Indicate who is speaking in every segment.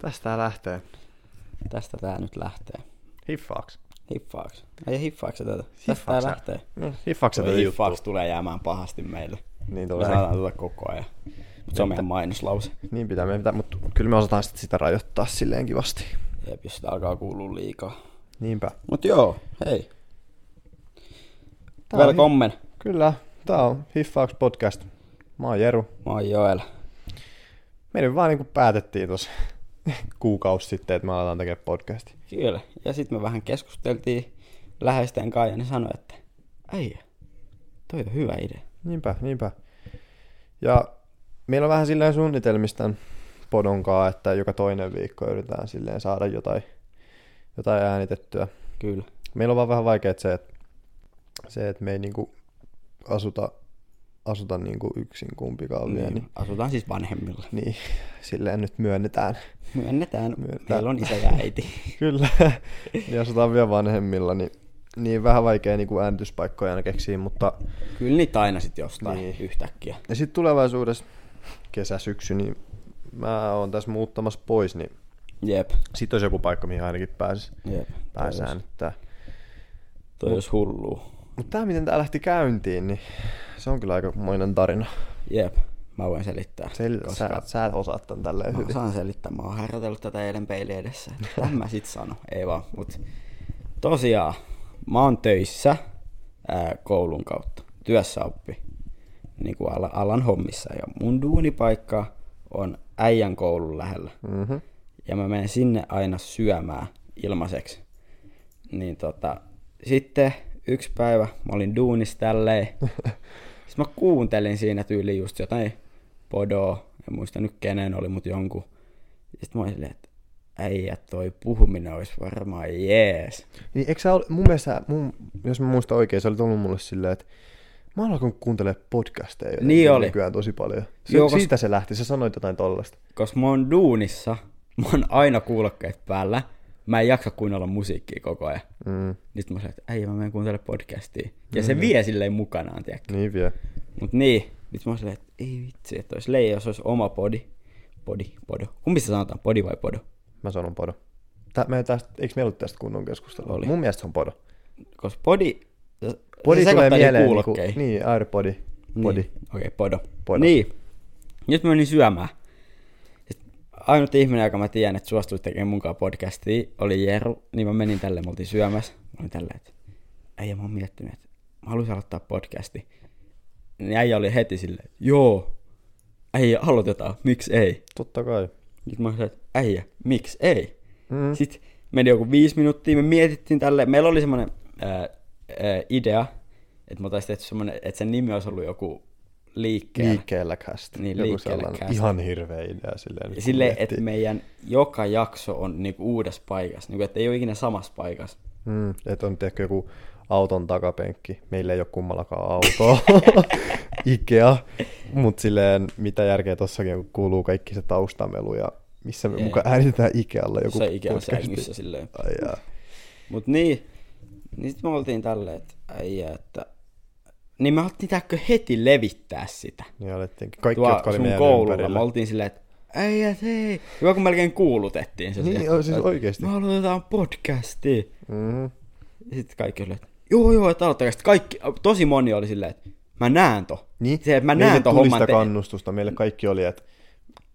Speaker 1: Tästä tää lähtee.
Speaker 2: Tästä tää nyt lähtee.
Speaker 1: Hiffaaks.
Speaker 2: Hiffaaks. Ei hiffaaks sä tätä. Tästä
Speaker 1: Hiffaaks
Speaker 2: tää
Speaker 1: sä?
Speaker 2: lähtee.
Speaker 1: Hiffaaks
Speaker 2: Tuo hiffaaks tulee jäämään pahasti meille.
Speaker 1: Niin
Speaker 2: Me
Speaker 1: tulee.
Speaker 2: sanotaan tätä koko ajan. Mut se on meidän mainoslause.
Speaker 1: Niin pitää, meidän pitää, mutta kyllä me osataan sit sitä rajoittaa silleen kivasti.
Speaker 2: Jep, jos sitä alkaa kuulua liikaa.
Speaker 1: Niinpä.
Speaker 2: Mut joo, hei.
Speaker 1: Tää on
Speaker 2: Välkommen.
Speaker 1: Kyllä, tää on Hiffaaks podcast. Mä oon Jeru.
Speaker 2: Mä oon Joel.
Speaker 1: Me nyt vaan niinku päätettiin tuossa kuukausi sitten, että me aletaan tekemään podcasti.
Speaker 2: Kyllä. Ja sitten me vähän keskusteltiin läheisten kanssa ja ne sanoi, että äijä, toi on hyvä idea.
Speaker 1: Niinpä, niinpä. Ja meillä on vähän silleen suunnitelmista tämän podonkaa, että joka toinen viikko yritetään silleen saada jotain, jotain äänitettyä.
Speaker 2: Kyllä.
Speaker 1: Meillä on vaan vähän vaikea se, että, se, että me ei niinku asuta, asuta niinku yksin kumpikaan vielä. Niin,
Speaker 2: Niin. Asutaan siis vanhemmilla.
Speaker 1: niin silleen nyt myönnetään.
Speaker 2: Myönnetään,
Speaker 1: Myönnetään.
Speaker 2: meillä on isä ja äiti.
Speaker 1: Kyllä. niin asutaan vielä vanhemmilla, niin, niin vähän vaikea niinku äänityspaikkoja aina keksiä, mutta
Speaker 2: Kyllä niitä aina sitten jostain
Speaker 1: Niin.
Speaker 2: niin. yhtäkkiä.
Speaker 1: ja sitten tulevaisuudessa kesä, syksy, niin mä oon tässä muuttamassa pois, niin
Speaker 2: Jep,
Speaker 1: Sitten olisi joku paikka, mihin ainakin pääsis,
Speaker 2: jep.
Speaker 1: pääsee
Speaker 2: Toi olisi-
Speaker 1: äänittää.
Speaker 2: Toi olisi hullu.
Speaker 1: Mutta tämä, miten tämä lähti käyntiin, niin se on kyllä aikamoinen tarina.
Speaker 2: Jep, mä voin selittää.
Speaker 1: Sel- sä, sä osaat tämän tälleen
Speaker 2: Mä
Speaker 1: hyvin.
Speaker 2: osaan selittää, mä oon herrotellut tätä eilen peili edessä. Tän mä sit sano, ei vaan. Mut tosiaan, mä oon töissä ää, koulun kautta, työssä oppi, niin kuin ala, alan hommissa. Ja mun duunipaikka on äijän koulun lähellä.
Speaker 1: Mhm.
Speaker 2: Ja mä menen sinne aina syömään ilmaiseksi. Niin tota, sitten yksi päivä mä olin duunis tälleen. Sitten mä kuuntelin siinä tyyliin just jotain podoa. En muista nyt kenen oli, mutta jonkun. Sitten mä olin silleen, että äijä toi puhuminen olisi varmaan jees.
Speaker 1: Niin, eikö sä ole, mun mielestä, mun, jos mä muistan oikein, se oli tullut mulle silleen, että mä oon alkanut kuuntelemaan podcasteja jotenkin
Speaker 2: Niin oli.
Speaker 1: nykyään tosi paljon. Se,
Speaker 2: Joo, kos-
Speaker 1: siitä se lähti, sä sanoit jotain tollasta.
Speaker 2: Koska mä oon duunissa, mä oon aina kuulokkeet päällä. Mä en jaksa kuunnella musiikkia koko ajan.
Speaker 1: Mm,
Speaker 2: Nyt mä sanoin, että äijä mä menen kuuntelemaan podcastia. Ja se vie silleen mukanaan, tiedätkö?
Speaker 1: niin vie.
Speaker 2: Mut niin, nyt mä oon silleen, että ei vitsi, että olisi leija, jos olisi oma podi. Podi, podo. Kummista sanotaan, podi vai podo?
Speaker 1: Mä sanon podo. Tää, me tästä, eikö meillä ollut tästä kunnon keskustelua?
Speaker 2: Oli.
Speaker 1: Mun mielestä se on podo.
Speaker 2: Koska podi...
Speaker 1: Podi
Speaker 2: se
Speaker 1: tulee
Speaker 2: sekoittaa niitä
Speaker 1: mieleen, niinku,
Speaker 2: kuulokkeita.
Speaker 1: niin, Airpodi, podi.
Speaker 2: Niin. Okei, okay, podo.
Speaker 1: Podo.
Speaker 2: Niin. Nyt mä menin syömään. Sit ainut ihminen, joka mä tiedän, että suostui tekemään munkaan podcastia, oli Jeru. Niin mä menin tälle, me oltiin syömässä. Mä olin tälleen, että äijä, mä oon miettinyt, että mä haluaisin aloittaa podcasti. Niin äijä oli heti silleen, joo, äijä aloitetaan, miksi ei?
Speaker 1: Totta kai.
Speaker 2: Nyt mä sanoin, että äijä, miksi ei?
Speaker 1: Mm.
Speaker 2: Mm. Sitten meni joku viisi minuuttia, me mietittiin tälle. Meillä oli semmoinen äh, äh, idea, että me oltaisiin tehty semmoinen, että sen nimi olisi ollut joku liikkeellä. Liik-
Speaker 1: Liikkeellä cast.
Speaker 2: Niin,
Speaker 1: Joku
Speaker 2: liikkeellä
Speaker 1: sellainen
Speaker 2: cast.
Speaker 1: Ihan hirveä idea silleen. kun
Speaker 2: Silleen,
Speaker 1: miettii.
Speaker 2: että meidän joka jakso on niinku uudessa paikassa, niinku, että ei ole ikinä samassa paikassa.
Speaker 1: Mm, että on tehty joku auton takapenkki. Meillä ei ole kummallakaan autoa. Ikea. Mutta silleen, mitä järkeä tossakin, kun kuuluu kaikki se taustamelu ja missä me
Speaker 2: Ei.
Speaker 1: mukaan äänitetään Ikealla joku
Speaker 2: Joku se ikään
Speaker 1: podcasti.
Speaker 2: sängyssä silleen.
Speaker 1: Ai jaa.
Speaker 2: Mut niin, niin sitten me oltiin tälleen, että äijä, että... Niin me haluttiin tääkö heti levittää sitä.
Speaker 1: Niin alettiinkin. Kaikki,
Speaker 2: tuo
Speaker 1: jotka oli
Speaker 2: sun
Speaker 1: meidän
Speaker 2: koululla. Me
Speaker 1: ympärillä.
Speaker 2: oltiin silleen, että äijät hei. Hyvä, kun melkein kuulutettiin se.
Speaker 1: Niin,
Speaker 2: siellä.
Speaker 1: joo, siis
Speaker 2: Että
Speaker 1: oikeesti.
Speaker 2: Me aloitetaan podcasti.
Speaker 1: Mm-hmm.
Speaker 2: Sitten kaikki oli, että joo, joo, että aloittakaa. Sitten kaikki, tosi moni oli silleen, että mä näen to.
Speaker 1: Niin,
Speaker 2: Se, että mä
Speaker 1: meille
Speaker 2: näen to
Speaker 1: tuli
Speaker 2: homman.
Speaker 1: sitä
Speaker 2: Te-
Speaker 1: kannustusta. Meille kaikki oli, että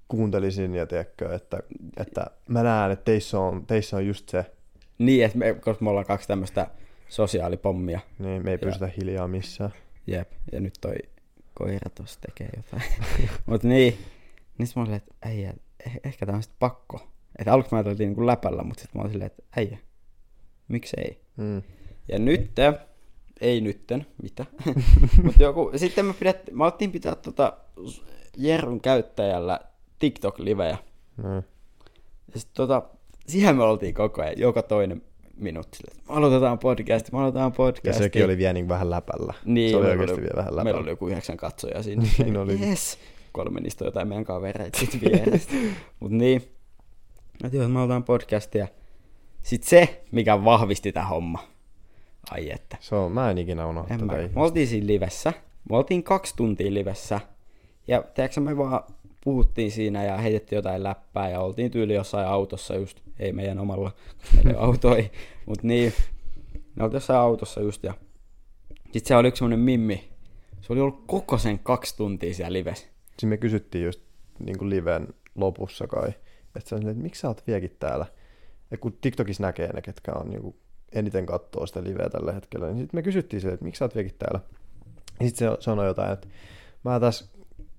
Speaker 1: kuuntelisin ja tiedätkö, että, että mä näen, että teissä on, teissä on just se,
Speaker 2: niin, että me, koska me ollaan kaksi tämmöistä sosiaalipommia.
Speaker 1: niin me ei pysytä hiljaa missään.
Speaker 2: Jep, ja nyt toi koira tossa tekee jotain. Mut niin, niin sit mä olin, että äijä, eh- ehkä tää on sit pakko. Että aluksi mä ajattelin niinku läpällä, mutta sitten mä olin silleen, että äijä, miksei.
Speaker 1: Mm.
Speaker 2: Ja nytten, ei nytten, mitä? Mutta joku, sitten me, pidet, me alettiin pitää tota Jerun käyttäjällä TikTok-livejä.
Speaker 1: Mm.
Speaker 2: Ja sit tota, siihen me oltiin koko ajan, joka toinen minuutti. sille, että Me aloitetaan podcast, me aloitetaan podcast.
Speaker 1: Ja sekin oli vielä niin vähän läpällä. se oli
Speaker 2: Niin, meillä
Speaker 1: oikeasti vielä vähän läpällä.
Speaker 2: Meillä oli joku yhdeksän katsojaa siinä.
Speaker 1: Niin oli.
Speaker 2: Yes. Kolme niistä on jotain meidän kavereita sit vierestä. Mut niin. Mä tiedän, että me aloitetaan podcastia. Sitten se, mikä vahvisti tämän homma. Ai että.
Speaker 1: Se on, mä en ikinä unohda
Speaker 2: En mä.
Speaker 1: tätä.
Speaker 2: Me oltiin siinä livessä. Me oltiin kaksi tuntia livessä. Ja tiedätkö, me vaan puhuttiin siinä ja heitettiin jotain läppää ja oltiin tyyli jossain autossa just, ei meidän omalla, koska meillä ei ole autoja, mutta niin, me oltiin jossain autossa just ja sit se oli yksi semmonen mimmi, se oli ollut koko sen kaksi tuntia siellä lives.
Speaker 1: Siis me kysyttiin just niin kuin liven lopussa kai, että se on silleen, että miksi sä oot vieläkin täällä? Ja kun TikTokissa näkee ne, ketkä on niin kuin eniten kattoo sitä liveä tällä hetkellä, niin sitten me kysyttiin sille, että miksi sä oot vieläkin täällä? Ja sitten se sanoi jotain, että mä tässä,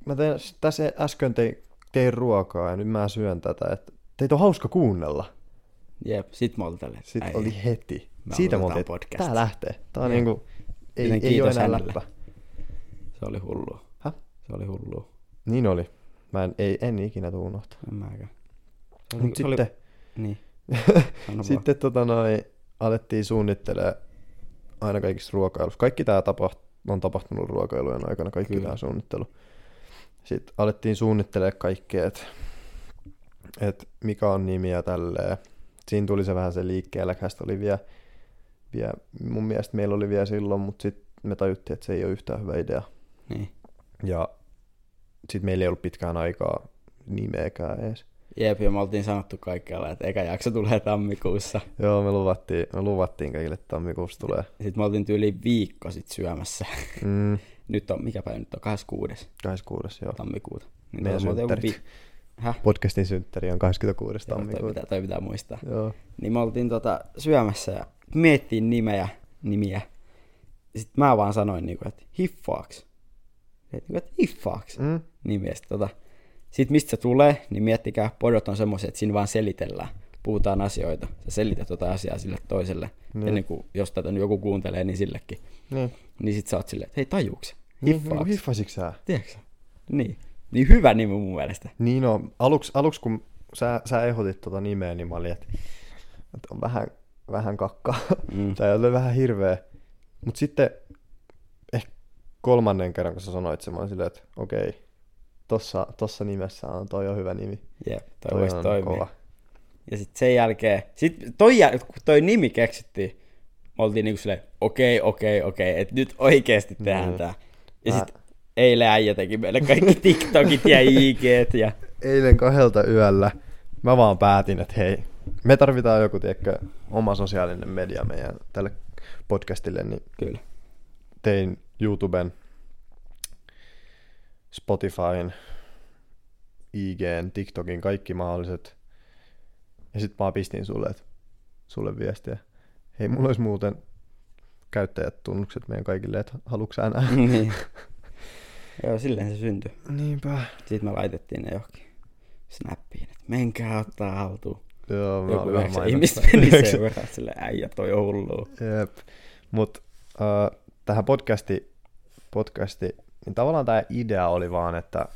Speaker 1: mä tein, tässä äsken tein, tein ruokaa ja nyt mä syön tätä, että teitä on hauska kuunnella.
Speaker 2: Jep, sit mä olin tälleen,
Speaker 1: Sitten
Speaker 2: "Äijä,
Speaker 1: oli heti.
Speaker 2: me
Speaker 1: Siitä mä
Speaker 2: aloitetaan
Speaker 1: olin,
Speaker 2: podcast.
Speaker 1: tää lähtee. Tää on
Speaker 2: Joo.
Speaker 1: niinku, ei,
Speaker 2: Joten
Speaker 1: ei ole
Speaker 2: kiitos
Speaker 1: enää
Speaker 2: hänelle.
Speaker 1: läppä.
Speaker 2: Se oli hullua.
Speaker 1: Häh?
Speaker 2: Se oli hullua.
Speaker 1: Niin oli. Mä en, ei, en ikinä tuu unohtaa.
Speaker 2: En mäkään. Se oli-
Speaker 1: Mut
Speaker 2: se oli-
Speaker 1: sitten,
Speaker 2: Niin. Sano vaan.
Speaker 1: sitten tota noin, alettiin suunnittelemaan aina kaikissa ruokailussa. Kaikki tämä tapaht- on tapahtunut ruokailujen aikana, kaikki
Speaker 2: Kyllä.
Speaker 1: tämä suunnittelu. Sitten alettiin suunnittelemaan kaikkea, että et mikä on nimi ja tälleen. Siinä tuli se vähän se liikkeelläkästä oli vielä, vielä, mun mielestä meillä oli vielä silloin, mutta sitten me tajuttiin, että se ei ole yhtään hyvä idea.
Speaker 2: Niin.
Speaker 1: Ja sitten meillä ei ollut pitkään aikaa nimeäkään edes.
Speaker 2: Jep, ja me oltiin sanottu kaikkialla, että eka jakso tulee tammikuussa.
Speaker 1: Joo, me luvattiin, me luvattiin kaikille, että tammikuussa tulee.
Speaker 2: Sitten me oltiin tyyli viikko sit syömässä.
Speaker 1: Mm,
Speaker 2: Nyt on, mikä päivä nyt on? 26.
Speaker 1: 26. joo.
Speaker 2: tammikuuta. Niin
Speaker 1: Meidän
Speaker 2: tota, me oltiin joku
Speaker 1: synttärit.
Speaker 2: Häh?
Speaker 1: Podcastin synttäri on 26.
Speaker 2: Joo, Toi
Speaker 1: tammikuuta.
Speaker 2: pitää, toi pitää muistaa.
Speaker 1: Joo.
Speaker 2: Niin me oltiin tota syömässä ja miettiin nimeä, nimiä. Sitten mä vaan sanoin, niinku, että hiffaaks. Et, niinku, että hiffaaks.
Speaker 1: Mm.
Speaker 2: nimiä. Sit Tota, Sitten mistä se tulee, niin miettikää, podot on semmoisia, että siinä vaan selitellään, puhutaan asioita. Sä selität jotain asiaa sille toiselle,
Speaker 1: Niin.
Speaker 2: niin. ennen kuin jos tätä nyt joku kuuntelee, niin sillekin.
Speaker 1: Niin.
Speaker 2: Niin sit sä oot silleen, että hei tajuuks,
Speaker 1: Niin,
Speaker 2: hiffaaks,
Speaker 1: niinku
Speaker 2: niin,
Speaker 1: hiffasiks sä?
Speaker 2: tiedätkö sä? Niin. Niin hyvä nimi mun mielestä.
Speaker 1: Niin no, aluksi, aluksi kun sä, sä ehdotit tota nimeä, niin mä olin, että, että on vähän, vähän kakka. Mm.
Speaker 2: Mm.
Speaker 1: Tää oli vähän hirveä. Mut sitten ehkä kolmannen kerran, kun sä sanoit sen, mä olin silleen, että okei, tossa, tossa nimessä on, toi on hyvä nimi.
Speaker 2: Jep, toi, toi voisi
Speaker 1: on
Speaker 2: toimia. Kova. Ja sitten sen jälkeen, sit toi, jäl- kun toi nimi keksittiin, me oltiin niinku silleen, okei, okei, okei, että nyt oikeesti tehdään
Speaker 1: Mm.
Speaker 2: mm. tää. Ja
Speaker 1: Mä-
Speaker 2: sitten eilen äijä teki meille kaikki TikTokit ja IGt ja
Speaker 1: eilen kahdelta yöllä mä vaan päätin, että hei, me tarvitaan joku, tiedätkö, oma sosiaalinen media meidän tälle podcastille, niin
Speaker 2: kyllä.
Speaker 1: tein YouTuben, Spotifyn, IGn, TikTokin, kaikki mahdolliset. Ja sit mä pistin sulle, et, sulle viestiä. Hei, mulla olisi muuten käyttäjät tunnukset meidän kaikille, että haluatko sä enää?
Speaker 2: niin. Joo, silleen se syntyi.
Speaker 1: Niinpä.
Speaker 2: Sitten me laitettiin ne johonkin snappiin, että menkää ottaa haltuun.
Speaker 1: Joo, mä
Speaker 2: Joku
Speaker 1: olin vähän
Speaker 2: yhdeksän ihmistä niin
Speaker 1: mainokkain.
Speaker 2: meni seuraa sille äijä, toi on hullu.
Speaker 1: Jep. Mut äh, tähän podcasti, podcasti, niin tavallaan tämä idea oli vaan, että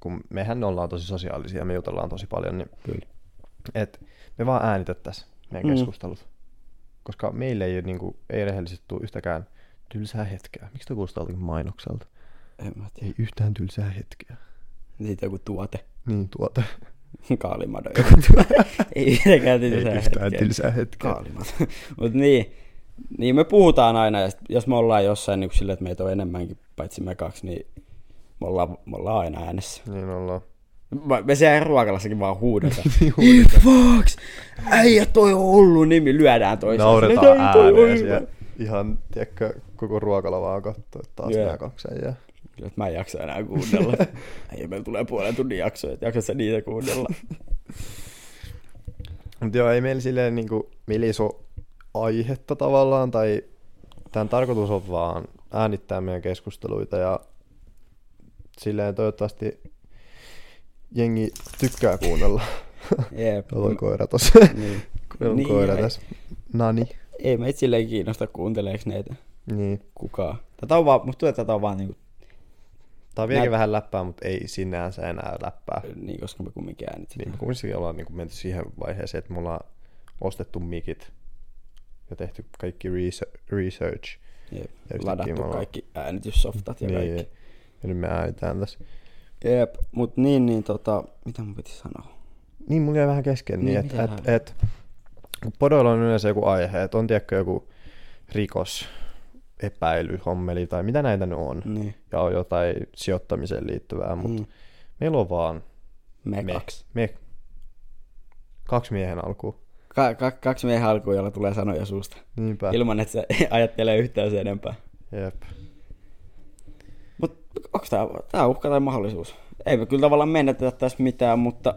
Speaker 1: kun mehän ollaan tosi sosiaalisia, me jutellaan tosi paljon, niin
Speaker 2: Kyllä.
Speaker 1: et me vaan äänitettäisiin meidän
Speaker 2: Mm.
Speaker 1: keskustelut. Koska meille ei, ole niinku, ei rehellisesti tule yhtäkään tylsää hetkeä. Miksi tuo kuulostaa jotenkin mainokselta?
Speaker 2: En mä tiedä.
Speaker 1: Ei yhtään tylsää hetkeä.
Speaker 2: Sitten joku tuote.
Speaker 1: Niin tuota.
Speaker 2: Kaalimado joku tuote. Ei mitenkään
Speaker 1: Ei
Speaker 2: tylsää
Speaker 1: yhtään
Speaker 2: hetkeä.
Speaker 1: tylsää hetkeä.
Speaker 2: Kaalimat. Mut niin, niin me puhutaan aina, ja sit, jos me ollaan jossain niin silleen, että meitä on enemmänkin, paitsi me kaksi, niin me ollaan, me ollaan aina äänessä.
Speaker 1: Niin ollaan.
Speaker 2: Va- Me siellä ruokalassakin vaan huudetaan.
Speaker 1: Niin
Speaker 2: Fox! Äijä, toi on ollut nimi, lyödään toisaan.
Speaker 1: Nauretaan
Speaker 2: Silleen, "Toi- toi-
Speaker 1: ääneen
Speaker 2: toi-
Speaker 1: siellä. Ihan, tiedätkö, koko ruokala vaan kattoo, että taas
Speaker 2: Jep.
Speaker 1: nämä kaksi äijää.
Speaker 2: Kyllä, että mä en jaksa enää kuunnella. Äijä, meillä tulee puolen tunnin jaksoja, että jaksat sä niitä kuunnella.
Speaker 1: Mutta joo, ei meillä silleen niinku, meillä ei ole aihetta tavallaan, tai tämän tarkoitus on vaan äänittää meidän keskusteluita, ja silleen toivottavasti jengi tykkää kuunnella.
Speaker 2: Jep.
Speaker 1: Tuolla on koira tossa.
Speaker 2: Niin.
Speaker 1: Meillä on
Speaker 2: Niin,
Speaker 1: koira
Speaker 2: ai.
Speaker 1: tässä. Nani.
Speaker 2: Ei meitä silleen kiinnosta kuunteleeko näitä
Speaker 1: Niin.
Speaker 2: kukaan. Tätä on vaan, mutta tätä on vaan niinku,
Speaker 1: Tää on vieläkin
Speaker 2: Nä-
Speaker 1: vähän läppää, mutta ei sinänsä enää läppää.
Speaker 2: niin koska me kumminkin äänitetään.
Speaker 1: Niin, me kumminkin ollaan niin menty siihen vaiheeseen, että mulla on ostettu mikit ja tehty kaikki research. research. Ja
Speaker 2: Jep.
Speaker 1: yhtäkkiä me
Speaker 2: Ladattu
Speaker 1: ollaan-
Speaker 2: kaikki äänityssoftat ja niin.
Speaker 1: Niin,
Speaker 2: kaikki.
Speaker 1: ja nyt me äänitään tässä.
Speaker 2: Jep, mut niin, niin tota, mitä mun piti sanoa?
Speaker 1: Niin, mulla jäi vähän kesken. Niin,
Speaker 2: Niin,
Speaker 1: että
Speaker 2: mitä
Speaker 1: et,
Speaker 2: vähän?
Speaker 1: et, kun podoilla on yleensä joku aihe, että on tiedätkö joku rikos, epäily, hommeli tai mitä näitä nyt on.
Speaker 2: Niin.
Speaker 1: Ja on jotain sijoittamiseen liittyvää, mutta mm. Meillä on vaan
Speaker 2: Me
Speaker 1: me.
Speaker 2: kaksi.
Speaker 1: me. Kaksi miehen alkuun.
Speaker 2: Ka- ka- kaksi meidän alkuun, jolla tulee sanoja suusta.
Speaker 1: Niinpä.
Speaker 2: Ilman, että se ajattelee yhtään sen enempää.
Speaker 1: Jep.
Speaker 2: Mut onks tää, tää uhka tai mahdollisuus? Ei me kyllä tavallaan menetetä tässä mitään, mutta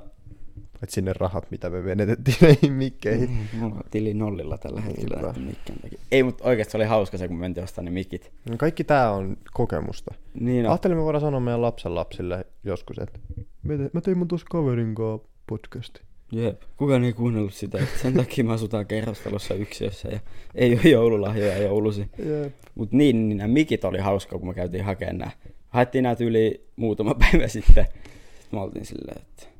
Speaker 1: Et sinne rahat, mitä me menetettiin näihin mikkeihin.
Speaker 2: Mm, mulla on tili nollilla tällä hetkellä.
Speaker 1: Niinpä.
Speaker 2: näiden mikkien takia. Ei, mutta oikeesti se oli hauska se, kun me mentiin ostamaan ne mikit.
Speaker 1: No Kaikki tää on kokemusta.
Speaker 2: Niin
Speaker 1: No.
Speaker 2: on.
Speaker 1: Ajattelin, me voidaan sanoa meidän lapsen lapsille joskus, että mä te- mä tein mun tuossa kaverin kanssa podcasti.
Speaker 2: Jep. Kukaan ei kuunnellut sitä. että Sen takia me asutaan kerrostalossa yksiössä ja ei ole joululahjoja joulusi.
Speaker 1: Jep.
Speaker 2: Mut niin, niin nämä mikit oli hauska, kun me käytiin hakemaan nää. Haettiin näitä yli muutama päivä sitten. Sitten mä oltiin silleen, että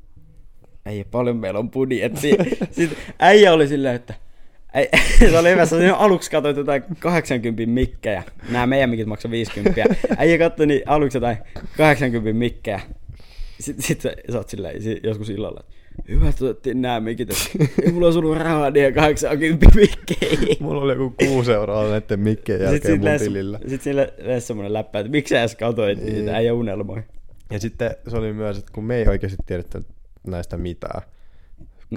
Speaker 2: ei paljon meillä on budjetti. Sitten äijä oli silleen, että ei, se oli hyvä, sä siinä aluksi katsoit jotain 80 mikkejä. Nämä meidän mikit maksaa 50. Äijä katsoi niin aluksi jotain 80 mikkejä. Sitten sit sä, sä oot silleen, si- joskus illalla, että hyvä, että otettiin nämä mikit. että Ei mulla on sunut rahaa niihin 80 mikkeihin.
Speaker 1: Mulla oli joku kuusi euroa näiden mikkien
Speaker 2: Sitten
Speaker 1: jälkeen
Speaker 2: sillä
Speaker 1: mun
Speaker 2: läs,
Speaker 1: tilillä.
Speaker 2: sit sillä läs semmonen läppä, että miksi sä edes katsoit
Speaker 1: Niin.
Speaker 2: niitä, ei unelmoi.
Speaker 1: Ja sitten se oli myös, että kun me ei oikeasti tiedetty näistä mitään.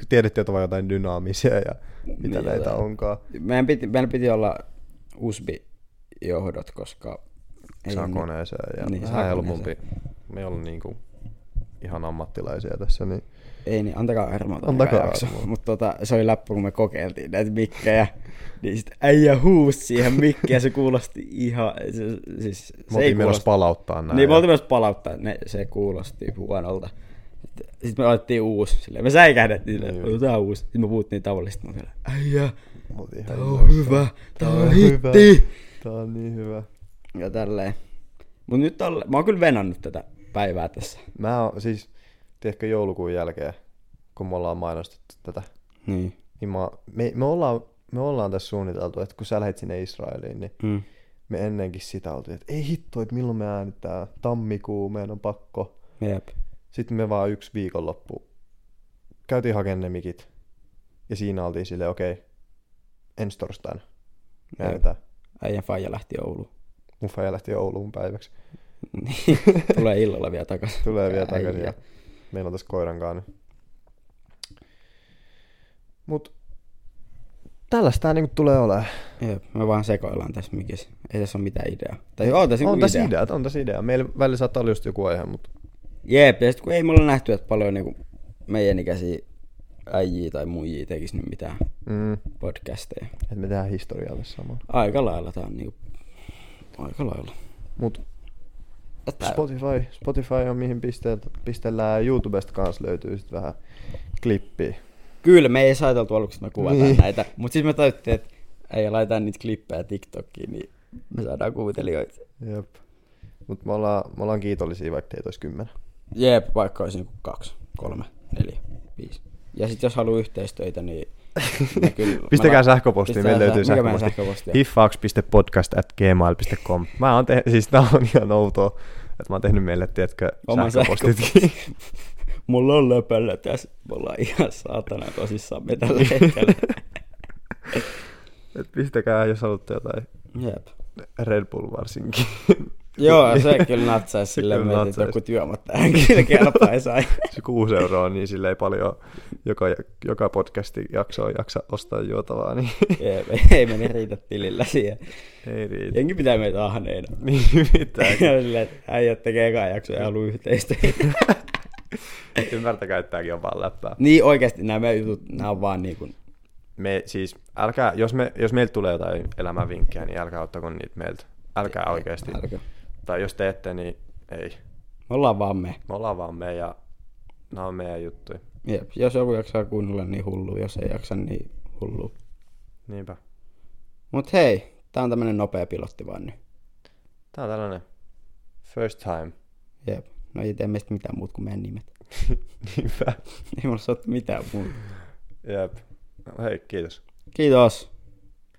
Speaker 1: Tiedettiin, että on vaan jotain dynaamisia ja mitä
Speaker 2: Niin,
Speaker 1: näitä
Speaker 2: jotain.
Speaker 1: onkaan.
Speaker 2: Meidän piti, meidän piti olla USB-johdot, koska... ei
Speaker 1: Sakoneeseen ja
Speaker 2: Niin,
Speaker 1: niin, vähän
Speaker 2: sakoneeseen.
Speaker 1: helpompi. Me ei ollut niinku ihan ammattilaisia tässä, niin
Speaker 2: Ei niin, antakaa armoa
Speaker 1: Antakaa
Speaker 2: antakaa jakso.
Speaker 1: armoa.
Speaker 2: Mutta tota, se oli läppä, kun me kokeiltiin näitä mikkejä. niin sit äijä huusi siihen mikkiä, se kuulosti ihan... Se, siis,
Speaker 1: me
Speaker 2: se
Speaker 1: oltiin
Speaker 2: ei kuulosta
Speaker 1: menossa palauttaa näin.
Speaker 2: Niin, me oltiin myös palauttaa, ne, se kuulosti huonolta. Sitten me otettiin uusi, silleen. me säikähdettiin, silleen,
Speaker 1: Niin.
Speaker 2: otetaan uusi. Sitten me puhuttiin tavallisesti, mä olin, äijä,
Speaker 1: Me oltiin
Speaker 2: tää
Speaker 1: ihan
Speaker 2: on
Speaker 1: innoissaan.
Speaker 2: hyvä,
Speaker 1: Tää
Speaker 2: tää on
Speaker 1: on hyvä.
Speaker 2: hitti.
Speaker 1: Tää on niin hyvä.
Speaker 2: Ja tälleen. Mut nyt on, mä oon kyllä venannut tätä päivää tässä.
Speaker 1: Mä oon siis, tiedätkö joulukuun jälkeen, kun me ollaan mainostettu tätä,
Speaker 2: Niin.
Speaker 1: niin mä, me, me, ollaan, me ollaan tässä suunniteltu, että kun sä lähet sinne Israeliin, niin
Speaker 2: Mm.
Speaker 1: me ennenkin sitä oltiin, että ei hitto, että milloin me äänittää tammikuu, meidän on pakko.
Speaker 2: Jep.
Speaker 1: Sitten me vaan yksi viikonloppu käytiin hakemaan ne mikit. Ja siinä oltiin silleen, okei, okay, ensi torstaina me
Speaker 2: Jep.
Speaker 1: äänetään.
Speaker 2: Äijän faija lähti Ouluun.
Speaker 1: Mun faija lähti Ouluun päiväksi.
Speaker 2: Niin. Tulee illalla vielä takas.
Speaker 1: Tulee vielä takaisin.
Speaker 2: Äijä.
Speaker 1: Ja meillä on tässä koiran kanssa. nyt. Mut tällaista tää niinku tulee olemaan.
Speaker 2: Jep. Me vaan sekoillaan tässä mikissä. Ei tässä ole mitään ideaa. Tai on tässä
Speaker 1: on
Speaker 2: joku
Speaker 1: tässä
Speaker 2: idea.
Speaker 1: idea, on tässä idea. Meillä välillä saattaa olla just joku aihe, mutta
Speaker 2: Jep, ja sit kun ei mulla nähty, että paljon niinku meidän ikäisiä äijiä tai muijia tekis nyt mitään
Speaker 1: mm,
Speaker 2: podcasteja.
Speaker 1: et me tehdään historiaa tässä samalla.
Speaker 2: Aika lailla tää on niinku... Aika lailla.
Speaker 1: Mut
Speaker 2: Että,
Speaker 1: Spotify, Spotify on mihin pisteet, pistellään ja YouTubesta kanssa löytyy sit vähän klippiä.
Speaker 2: kyllä, me ei saiteltu aluksi, että me kuvataan
Speaker 1: Niin.
Speaker 2: näitä. Mut siis me tajuttiin, että ei laita niitä klippejä TikTokiin, niin me saadaan kuuntelijoita.
Speaker 1: Jep. Mut me ollaan, me ollaan kiitollisia, vaikka teitä olisi kymmenen.
Speaker 2: Jep, vaikka olisi niinku kaksi, kolme, neljä, viisi. Ja sit jos haluaa yhteistöitä, niin... me kyllä,
Speaker 1: Pistäkää
Speaker 2: mä-
Speaker 1: sähköpostia,
Speaker 2: pistetään
Speaker 1: meillä löytyy
Speaker 2: säh- mikä meidän
Speaker 1: sähköposti.
Speaker 2: sähköpostia?
Speaker 1: hiffauks.podcast.gmail.com Mä oon te- siis tää on ihan outoa, että mä oon tehnyt meille, tiedätkö,
Speaker 2: Oman
Speaker 1: sähköpostitkin.
Speaker 2: Mulla on löpöllä tässä. Me ollaan ihan saatana tosissaan me tällä hetkellä.
Speaker 1: Et pistäkää, jos haluatte jotain
Speaker 2: Jep.
Speaker 1: Red Bull varsinkin.
Speaker 2: Joo, se kyllä natsaisi
Speaker 1: kyllä
Speaker 2: silleen, mietin, että
Speaker 1: natsaisi.
Speaker 2: joku työmat tähän kyllä kelpaisi aina.
Speaker 1: Se kuusi euroa, niin sille ei paljon joka, joka podcasti jaksoa jaksa ostaa juotavaa, niin
Speaker 2: Jep, ei meni riitä tilillä siihen.
Speaker 1: ei riitä.
Speaker 2: Jengi pitää meitä ahneina.
Speaker 1: Niin mitään.
Speaker 2: Ja silleen, että äijät tekee ekaa jaksoja ja haluaa yhteistyötä.
Speaker 1: Ymmärtäkää, että tämäkin on vaan läppää.
Speaker 2: niin oikeasti nämä meidän jutut, nämä on vaan niin kuin,
Speaker 1: Me siis, älkää, jos, me, jos meiltä tulee jotain elämänvinkkejä, niin älkää ottako niitä meiltä. Älkää oikeasti.
Speaker 2: älkää.
Speaker 1: Tai jos teette, niin ei.
Speaker 2: Me ollaan vaan me.
Speaker 1: Me ollaan vaan me ja nämä on meidän juttuja.
Speaker 2: Jep, jos joku jaksaa kuunnella, niin hullu. Jos ei jaksa, niin hullu.
Speaker 1: Niinpä.
Speaker 2: Mut hei, tää on tämmönen nopea pilotti vaan nyt.
Speaker 1: Tää on tällainen first time.
Speaker 2: Jep. No ei tee meistä mitään muuta kuin meidän nimet.
Speaker 1: Niinpä.
Speaker 2: Ei mulla saa mitään muuta.
Speaker 1: Jep. No, Hei, kiitos.
Speaker 2: Kiitos.